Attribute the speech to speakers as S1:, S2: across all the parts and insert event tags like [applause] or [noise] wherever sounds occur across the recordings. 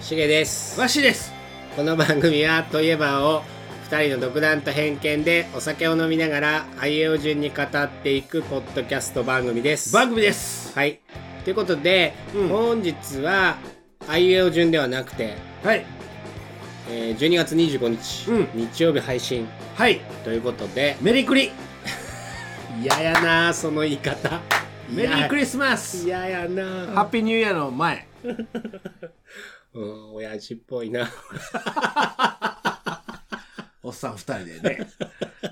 S1: しげです
S2: わしです
S1: この番組は「といえば」を2人の独断と偏見でお酒を飲みながらあいうえお順に語っていくポッドキャスト番組です。
S2: 番組です
S1: はいということで、
S2: うん
S1: 本日はあいうえお順ではなくて、
S2: はい
S1: えー12月25日、
S2: う
S1: 日曜日配信
S2: はい
S1: ということで
S2: メリークリ
S1: 嫌ややなその言い方
S2: [laughs] メリーク
S1: リ
S2: リスマス
S1: 嫌やな
S2: ハッピーニューイヤーの前
S1: うん、親父っぽいな。
S2: おっさん二人で [laughs] ね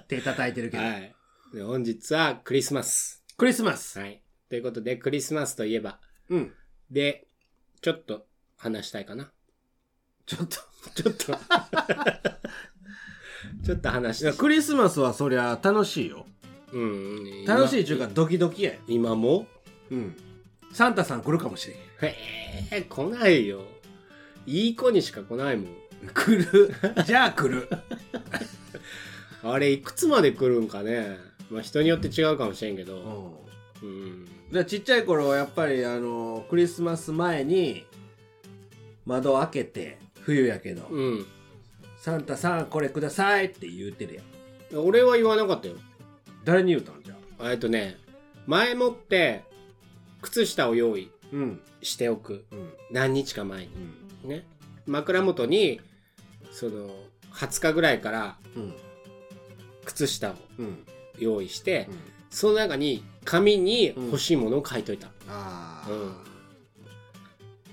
S2: 手叩いてるけど、
S1: はい。で本日はクリスマス。
S2: クリスマス
S1: はい。ということで、クリスマスといえば、
S2: うん
S1: で、ちょっと話したいかな。
S2: ちょっ
S1: ちょっと。 [laughs] ちょっと話
S2: といや
S1: し
S2: クリスマスはそりゃ楽しいよ
S1: うんうん。
S2: 楽しい
S1: い。
S2: 中華ドキドキや
S1: 今も
S2: うんサンタさん来るかもしれん
S1: へえ、来ないよ。いい子にしか来ないもん。
S2: 来る [laughs] じゃあ来る
S1: あれ、いくつまで来るんかね。まあ人によって違うかもしれんけ
S2: う
S1: ど。う
S2: ん
S1: ん。
S2: でちっちゃい頃はやっぱりあのクリスマス前に窓開けて冬やけど、
S1: うん。
S2: サンタさんこれくださいって言うてるやん
S1: 俺は言わなかったよ。
S2: 誰に言うたんじゃ
S1: えっとね、前もって、靴下を用意
S2: うん
S1: しておく。
S2: うん
S1: 何日か前に。
S2: うん
S1: ね。枕元に、その、20日ぐらいから
S2: うん
S1: 靴下を
S2: うん
S1: 用意して、その中に紙に欲しいものを書いといた。
S2: ああ
S1: うん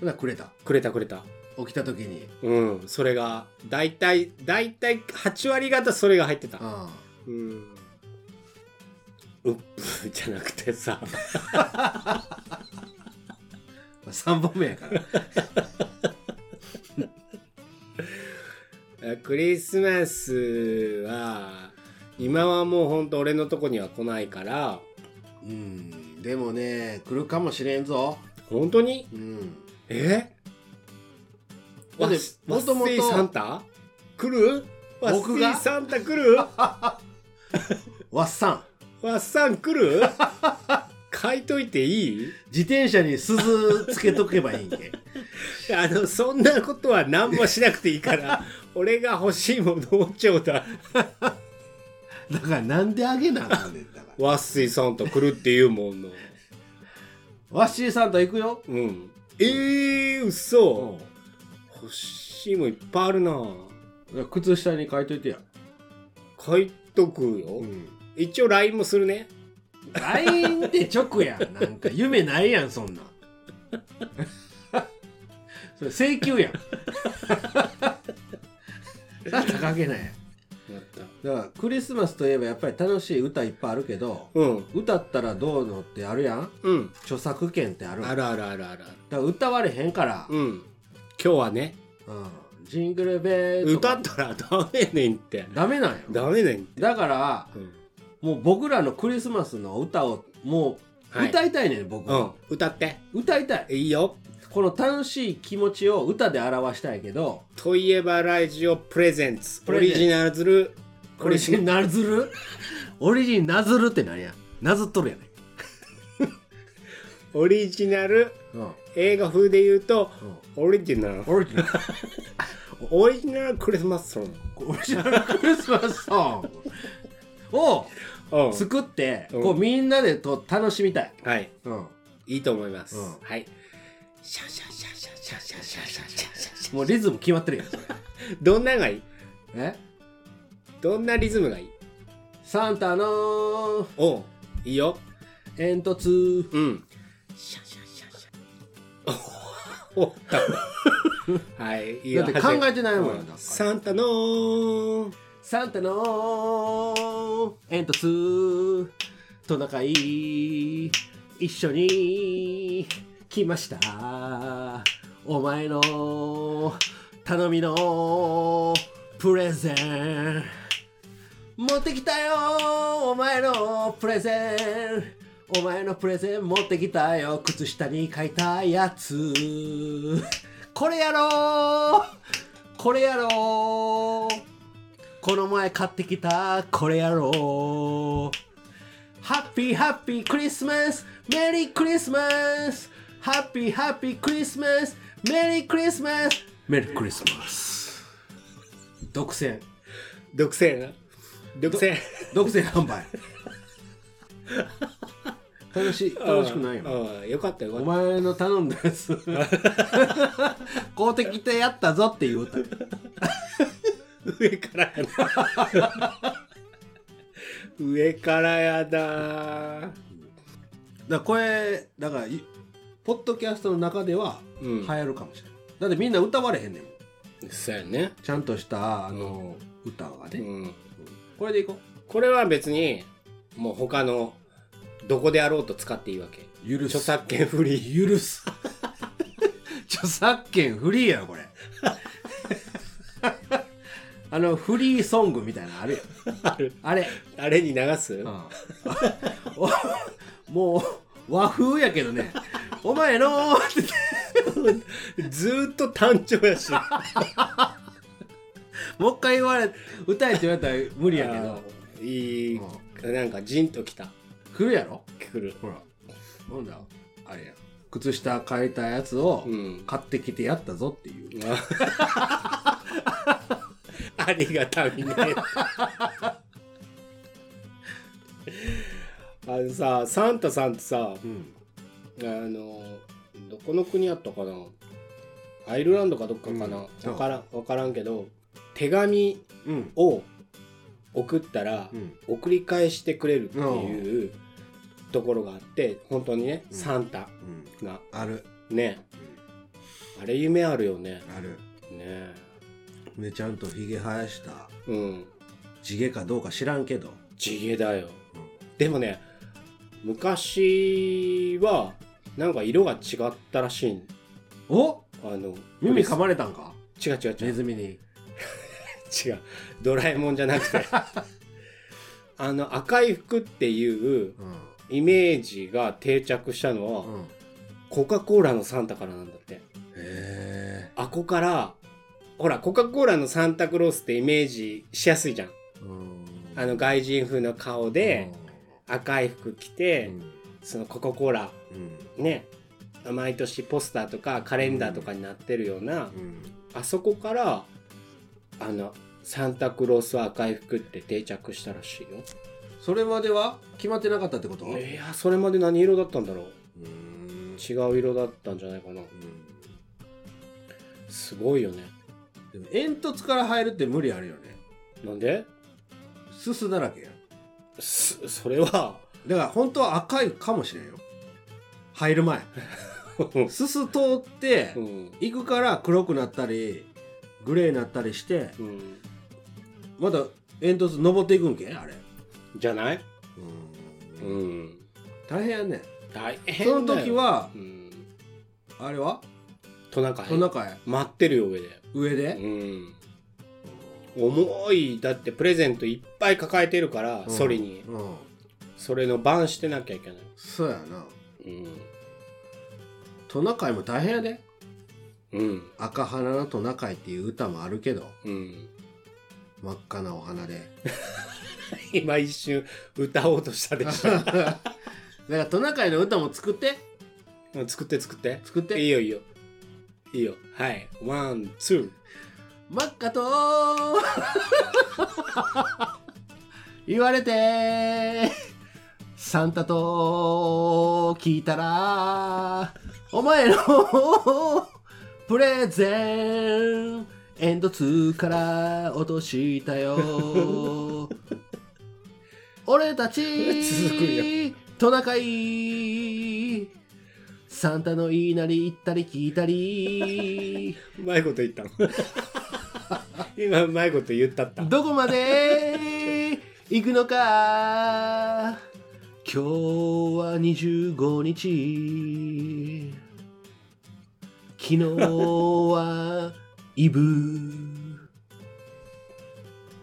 S2: ほなくれた
S1: くれたくれた。
S2: 起きた時に
S1: うん。それが、だいたい、だいたい8割方それが入ってた。
S2: あ
S1: うん。うっぷじゃなくてさ、
S2: 3本目やから
S1: クリスマスは、今はもうほんと俺のとこには来ないから、
S2: うんでもね来るかもしれんぞ
S1: 本当に
S2: うん
S1: え
S2: だって
S1: も
S2: も
S1: と
S2: と
S1: も
S2: もと
S1: とサンタ来るわっ
S2: 僕が
S1: せいサンタ来
S2: [laughs]
S1: るわ
S2: わっさん
S1: っさん来る書いといていい
S2: 自転車に鈴つけとけばいいん [laughs] け
S1: あのそんなことは何もしなくていいから
S2: [laughs]
S1: 俺が欲しいものをちょうだい
S2: だからなんであげなあかん [laughs] ねんだから
S1: わっせいサンタ来るっていうもの
S2: わっしーさんと行くよ
S1: うんえー、嘘、欲しいもんいっぱいあるな
S2: うん靴下に書いといてや
S1: 書いとくよ、
S2: うん
S1: 一応 LINE もするね
S2: LINE って直やんなんか夢ないやんそんなん [laughs] それ請求やん [laughs] なんか関係ないや
S1: や
S2: ん
S1: った
S2: だからクリスマスといえばやっぱり楽しい歌いっぱいあるけど
S1: うん
S2: 歌ったらどうのってあるやん
S1: うん
S2: 著作権ってある
S1: あるあるあるあるある
S2: だから歌われへんから、
S1: うん。今日はね、
S2: うんジングルベーと
S1: 歌
S2: か
S1: ったらダメねんって。
S2: ダメなんよ
S1: ダメねん。
S2: だから
S1: うん。
S2: もう僕らのクリスマスの歌をもう
S1: はい
S2: 歌いたいねん、僕
S1: う
S2: は
S1: ん。歌って。
S2: 歌いたい
S1: いいよ。
S2: この楽しい気持ちを歌で表したいけど、
S1: といえばラジオプレゼンツ。オ
S2: プレゼン
S1: リ
S2: ツ
S1: ジナルズル。
S2: オリジンナズル [laughs] オリジンナズルって何やなずっとるやね
S1: [laughs] オリジナル。
S2: うん。うん。
S1: 映画風で言うと、オリジナル。
S2: オリジナル。
S1: オリジナルクリスマスソン
S2: オリジナルクリスマスソングを
S1: グ。うん。
S2: 作って、
S1: うん
S2: こうみんなでと楽しみたい。
S1: はい。
S2: うん。
S1: いいと思います
S2: うん。
S1: はい。シャシャシャシャシャシャシャシャシャシャシャ
S2: もうリズム決まってるやん、それ。
S1: どんながいい
S2: え
S1: どんなリズムがいい
S2: サンタの
S1: おういいよ。
S2: 煙突。
S1: うん。シャシャシャシャ。 [laughs] おおった。はい。いいよ
S2: だって考えてないもん
S1: う
S2: だから
S1: サンタのー
S2: サンタの煙突トナカイ一緒に来ましたお前の頼みのプレゼン持ってきたよお前のプレゼンお前のプレゼン持ってきたよ靴下に書いたやつこれやろこれやろこの前買ってきたこれやろハッピーハッピークリスマスメリークリスマスハッピーハッピークリスマスメリークリスマスメリークリスマス独占
S1: 独占な独占
S2: 独占販売楽しい楽しくないよ
S1: うんうんよかったよか
S2: お
S1: った
S2: 前の頼んだやつ公的でやったぞって言うた
S1: 上からやな [laughs] 上からやだ
S2: だからこれだからいポッドキャストの中では
S1: う
S2: 流
S1: ん
S2: 行るかもしれない、だってみんな歌われへんねんもん
S1: そうやね
S2: ちゃんとしたあの、歌は
S1: う
S2: ね、
S1: ん
S2: これでいこ
S1: これは別にもう他のどこであろうと使っていいわけ
S2: う許
S1: 著作権フリー
S2: 許す著作権フリーやろこれあのフリーソングみたいなのあるよ
S1: ある
S2: あれ、
S1: あれに流す、
S2: おもう和風やけどねお前のって
S1: ずーっと単調やし
S2: もう一回言われ歌えって言われたら無理やけど
S1: あーいい、なんかジンときた
S2: 来るやろ
S1: くる
S2: ほらなんだあれや靴下変えたやつを
S1: うん [laughs]
S2: 買ってきてやったぞっていう、
S1: ありがたみね。 [laughs] あのさ、サンタさんってさ、あ
S2: うん
S1: の、どこの国やったかなアイルランドかどっかかな、
S2: うん
S1: わからん、わからんけど、手紙
S2: うん
S1: を送ったら
S2: う、ん
S1: 送り返してくれるっていうところがあって、本当にね、
S2: うん
S1: サンタ
S2: うん
S1: が、
S2: ある、
S1: ね、あれ夢あるよね。
S2: ある
S1: ね
S2: ねちゃんとひげ生やした
S1: うん。
S2: 地毛かどうか知らんけど
S1: 地毛だよ
S2: うん
S1: でもね昔はなんか色が違ったらしいん
S2: お
S1: あの
S2: 耳噛まれたんか
S1: 違う違う違
S2: ネ
S1: う
S2: ズミに
S1: 違うドラえもんじゃなく
S2: [laughs]
S1: てあの赤い服っていう
S2: う
S1: イメージが定着したのは、
S2: んうん
S1: コカ・コーラのサンタからなんだって
S2: へえ
S1: あこからほらコカ・コーラのサンタクロースってイメージしやすいじゃん
S2: うん
S1: あの外人風の顔で赤い服着
S2: う
S1: て、
S2: ん
S1: そのコカ・コーラ
S2: うん
S1: ね毎年ポスターとかカレンダーとかになってるような、
S2: うん
S1: あそこからあのサンタクロースは赤い服って定着したらしいよ
S2: それまでは決まってなかったってことう
S1: いやそれまで何色だったんだろう
S2: ーん
S1: 違う色だったんじゃないかな
S2: うん
S1: すごいよね
S2: でも煙突から入るって無理あるよね
S1: なんです
S2: すだらけやん
S1: すそれは [laughs]
S2: だから本当は赤いかもしれんよ入る前すす通って
S1: うん
S2: 行くから黒くなったりグレーになったりして
S1: うん
S2: まだ煙突登っていくんけあれ
S1: じゃない
S2: うん
S1: ん
S2: 大変やね
S1: 大変だ
S2: そ
S1: よ
S2: の時は
S1: うん
S2: あれは
S1: トナカイ
S2: トナカイ
S1: 待ってるよ上で
S2: 上で、
S1: うん重いだってプレゼントいっぱい抱えてるから、
S2: うん
S1: ソリに
S2: うん
S1: それの番してなきゃいけない、
S2: そうやな
S1: うん
S2: トナカイも大変やで
S1: うん
S2: 「赤花のトナカイ」っていう歌もあるけど
S1: うん、 [laughs]
S2: 真っ赤なお花で
S1: 今一瞬歌おうとしたでし
S2: [laughs] だからトナカイの歌も作って
S1: ょ作って作って
S2: 作っ
S1: いい
S2: て
S1: よいいよいいよはいワンツ
S2: 真っ赤と [laughs] 言われてサンタと聞いたらお前の [laughs] プレゼンエンド2から落としたよ
S1: [laughs]
S2: 俺た
S1: 続く
S2: ちトナカイサンタの言いなり行ったり聞いたり
S1: ーうまいこと言った
S2: [laughs]
S1: の今うまいこと言ったった
S2: どこまで行くのか今日は25日昨日はイブ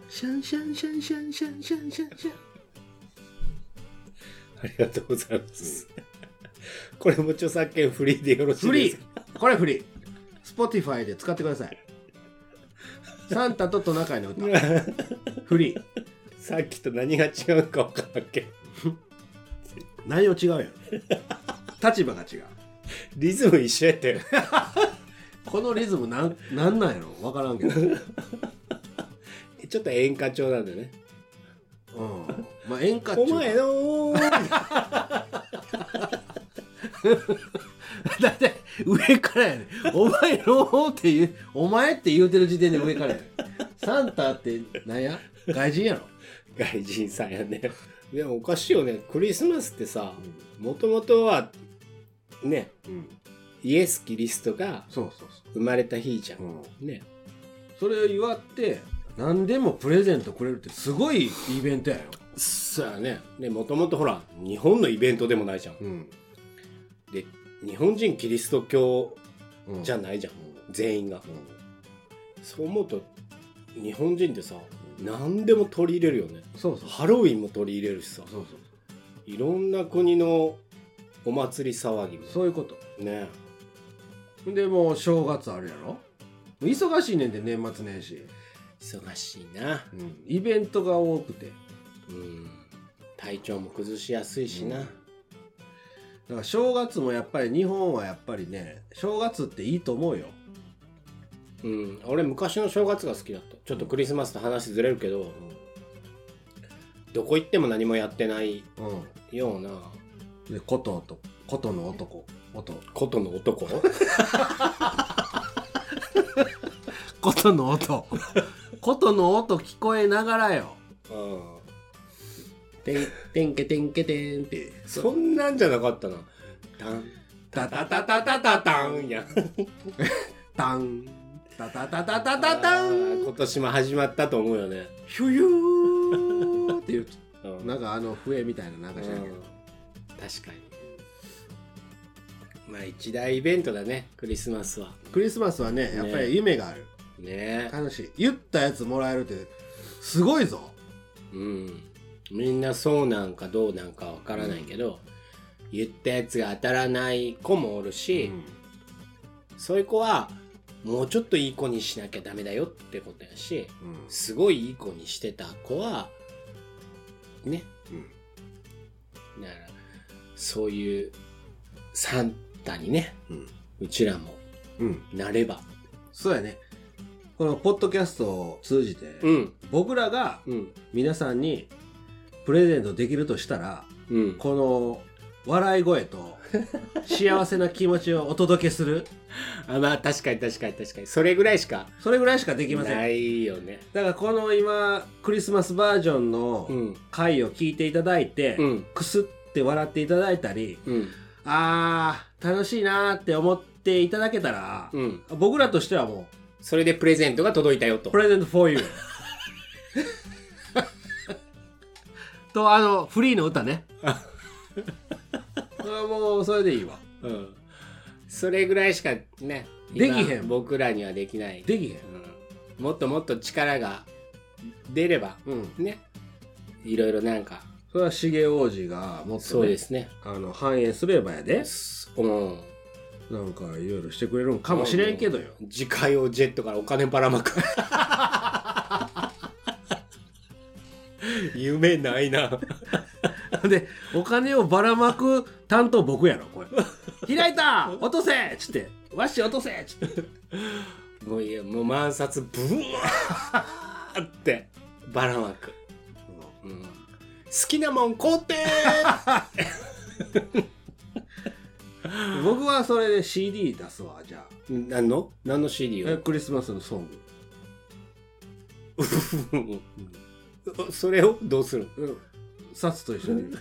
S2: シャンシャンシャンシャンシャンシャンシャンシャン
S1: ありがとうございますこれも著作権フリーでよろしい
S2: フ
S1: で
S2: リ
S1: すか
S2: ーこれフリー Spotify で使ってくださいサンタとトナカイの歌フリー
S1: さっきと何が違うか分からんけど
S2: 内容違うやん立場が違う
S1: リズム一緒やったよ
S2: このリズムなんなんなんやろ分からんけど、うん
S1: [laughs] ちょっと演歌調なんだよね
S2: まあ、演歌っちゅ
S1: お
S2: うか
S1: 前のー
S2: だって上からやねお前のって言うお前って言うてる時点で上からやねサンタってなんや外人やろ
S1: 外人さんやねでもおかしいよねクリスマスってさもともとはね
S2: うん
S1: イエス・キリストが
S2: そうそうそ
S1: 生まれた日じゃん、
S2: うん
S1: ね
S2: それを祝って何でもプレゼントくれるってすごいイベントやよ、
S1: そうやねでもともとほら日本のイベントでもないじゃん
S2: うん
S1: で日本人キリスト教
S2: うん、
S1: じゃ
S2: うん、
S1: ないじゃん、全員がそう思うと日本人ってさ何でも取り入れるよね
S2: そうそう
S1: ハロウィンも取り入れるしさ
S2: そう
S1: いろんな国のお祭り騒ぎも
S2: そうそういうこと
S1: ね
S2: でもう正月あるやろもう忙しいねんで年末年始、
S1: 忙しいな
S2: うん、イベントが多くて
S1: うん体調も崩しやすいしな、
S2: うんだから正月もやっぱり日本はやっぱりね正月っていいと思うよ
S1: うん、俺昔の正月が好きだったちょっとクリスマスと話ずれるけど、どこ行っても何もやってない
S2: うん
S1: ような
S2: で琴と琴の男音 [laughs]
S1: ことの [laughs] 男
S2: 琴の [laughs] 音琴の音聞こえながらよ
S1: うん
S2: てんてんけてんけてんって
S1: そんなんじゃなかったなタン
S2: た
S1: タ
S2: た
S1: タ
S2: た
S1: タタタタンや
S2: たんたたたたた
S1: タ
S2: たたん
S1: [laughs] 今年も始まったと思うよね
S2: ひゅゆーっていう
S1: うん
S2: なんかあの笛みたいななんか知らんけど
S1: 確かにまあ一大イベントだねクリスマスは
S2: クリスマスはねやっぱり夢がある
S1: ね
S2: 楽しい言ったやつもらえるってすごいぞ
S1: うんみんなそうなんかどうなんかわからないけど、言ったやつが当たらない子もおるし、そういう子はもうちょっといい子にしなきゃダメだよってことやし
S2: うん
S1: すごいいい子にしてた子はね
S2: うん
S1: だからそういうサンタにね
S2: うん
S1: うちらも
S2: うん
S1: なれば
S2: そうやねこのポッドキャストを通じて、
S1: うん
S2: 僕らが
S1: うん
S2: 皆さんにプレゼントできるとしたら
S1: うん
S2: この笑い声と
S1: [laughs]
S2: 幸せな気持ちをお届けする
S1: あまあ確かに確かに確かにそれぐらいしか
S2: それぐらいしかできません
S1: な
S2: だ
S1: いよね
S2: からこの今クリスマスバージョンの
S1: うん
S2: 回を聞いていただいて、
S1: うん
S2: くすって笑っていただいたり
S1: うん
S2: あー楽しいなーって思っていただけたら、
S1: うん
S2: 僕らとしてはも
S1: それでプレゼントが届いたよと
S2: うプレゼント for you [laughs] とあのフリーの歌ね [laughs] それはもうそれでいいわ
S1: うんそれぐらいしかね
S2: できへん
S1: 今僕らにはできない
S2: できへん
S1: うんもっともっと力が出れば
S2: うん
S1: ねいろいろなんか
S2: それは重王子がもっと、ね、
S1: そうですね
S2: あの反映すればやで
S1: うん
S2: なんかいろいろしてくれるんかもしれんけどよ、
S1: 次回をジェットからお金ばらまく夢ないな
S2: [laughs] でお金をばらまく担当僕やろ [laughs] これ開いた落とせっつってわし落とせっつ [laughs] って
S1: もういいやもう万札ブワーってばらまく、うん好きなもん買うてー
S2: 僕はそれで CD 出すわじゃあ
S1: 何の何の CD
S2: え
S1: を
S2: クリスマスのソン
S1: それをどうするの
S2: グ、うん、サツと一緒に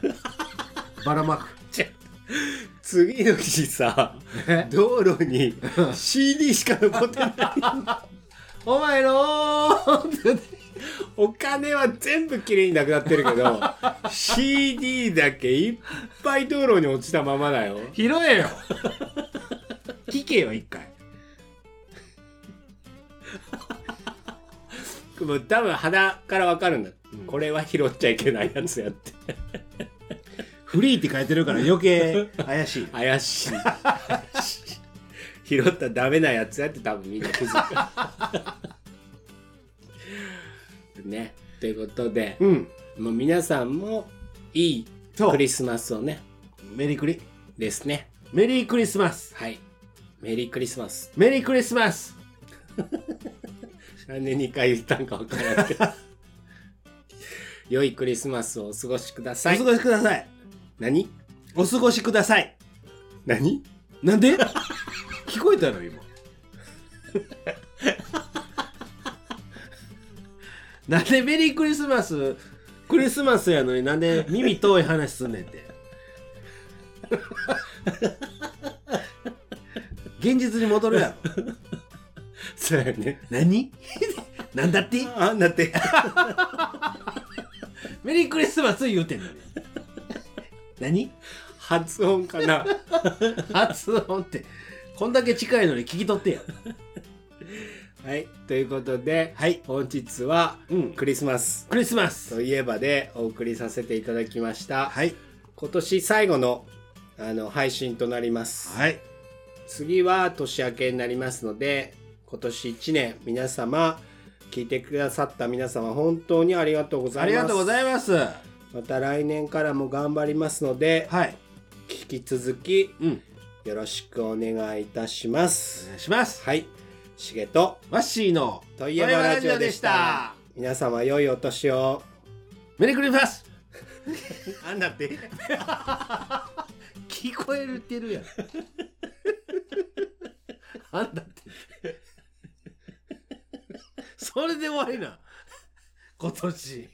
S2: ばらまく [laughs]
S1: 次の日さ
S2: え
S1: 道路に CD しか残ってない
S2: お前のーって言って
S1: お金は全部きれいになくなってるけど [laughs] CD だけいっぱい道路に落ちたままだよ
S2: 拾えよ聞けよ一回
S1: [laughs] もう多分鼻からわかるんだ、
S2: うん
S1: これは拾っちゃいけないやつやって
S2: フリーって書いてるから余計怪しいよ
S1: 怪しい拾ったらダメなやつやって多分みんな気づく [laughs] ねということで
S2: うん
S1: もう皆さんもいい
S2: そう
S1: クリスマスをね
S2: メリクリ
S1: ですね
S2: メリークリスマス
S1: はいメメリークリスマス
S2: メリークリスマス
S1: 何で2回言ったんか分からんけど良いクリスマスをお過ごしくだ
S2: お
S1: さい
S2: 過ごしください
S1: 何
S2: お過ごしください
S1: 何
S2: なんで聞こえたの今なんでメリークリスマスクリスマスやのになんで耳遠い話すんねんて現実に戻るやろ
S1: そうやね
S2: 何なんだって
S1: あだって
S2: メリークリスマス言うてんのに何
S1: 発音かな
S2: 発音ってこんだけ近いのに聞き取ってや
S1: はいということで
S2: はい
S1: 本日は
S2: うん
S1: クリスマス
S2: クリスマス
S1: といえばでお送りさせていただきました
S2: はい
S1: 今年最後のあの配信となります、
S2: はい
S1: 次は年明けになりますので今年1年皆様聞いてくださった皆様本当にありがとうございます
S2: ありがとうございます。は
S1: また来年からも頑張りますので
S2: い。
S1: 引き続き
S2: うん。
S1: よろしくお願いいたしま
S2: お
S1: す
S2: 願いします。
S1: はいしげと
S2: ワッシーの
S1: といえばラジオでした。皆様良いお年 [laughs] を
S2: メリークリスマス。
S1: あんだって
S2: 聞こえるってるやん。 [laughs] あんだって。それで終わりな。今年。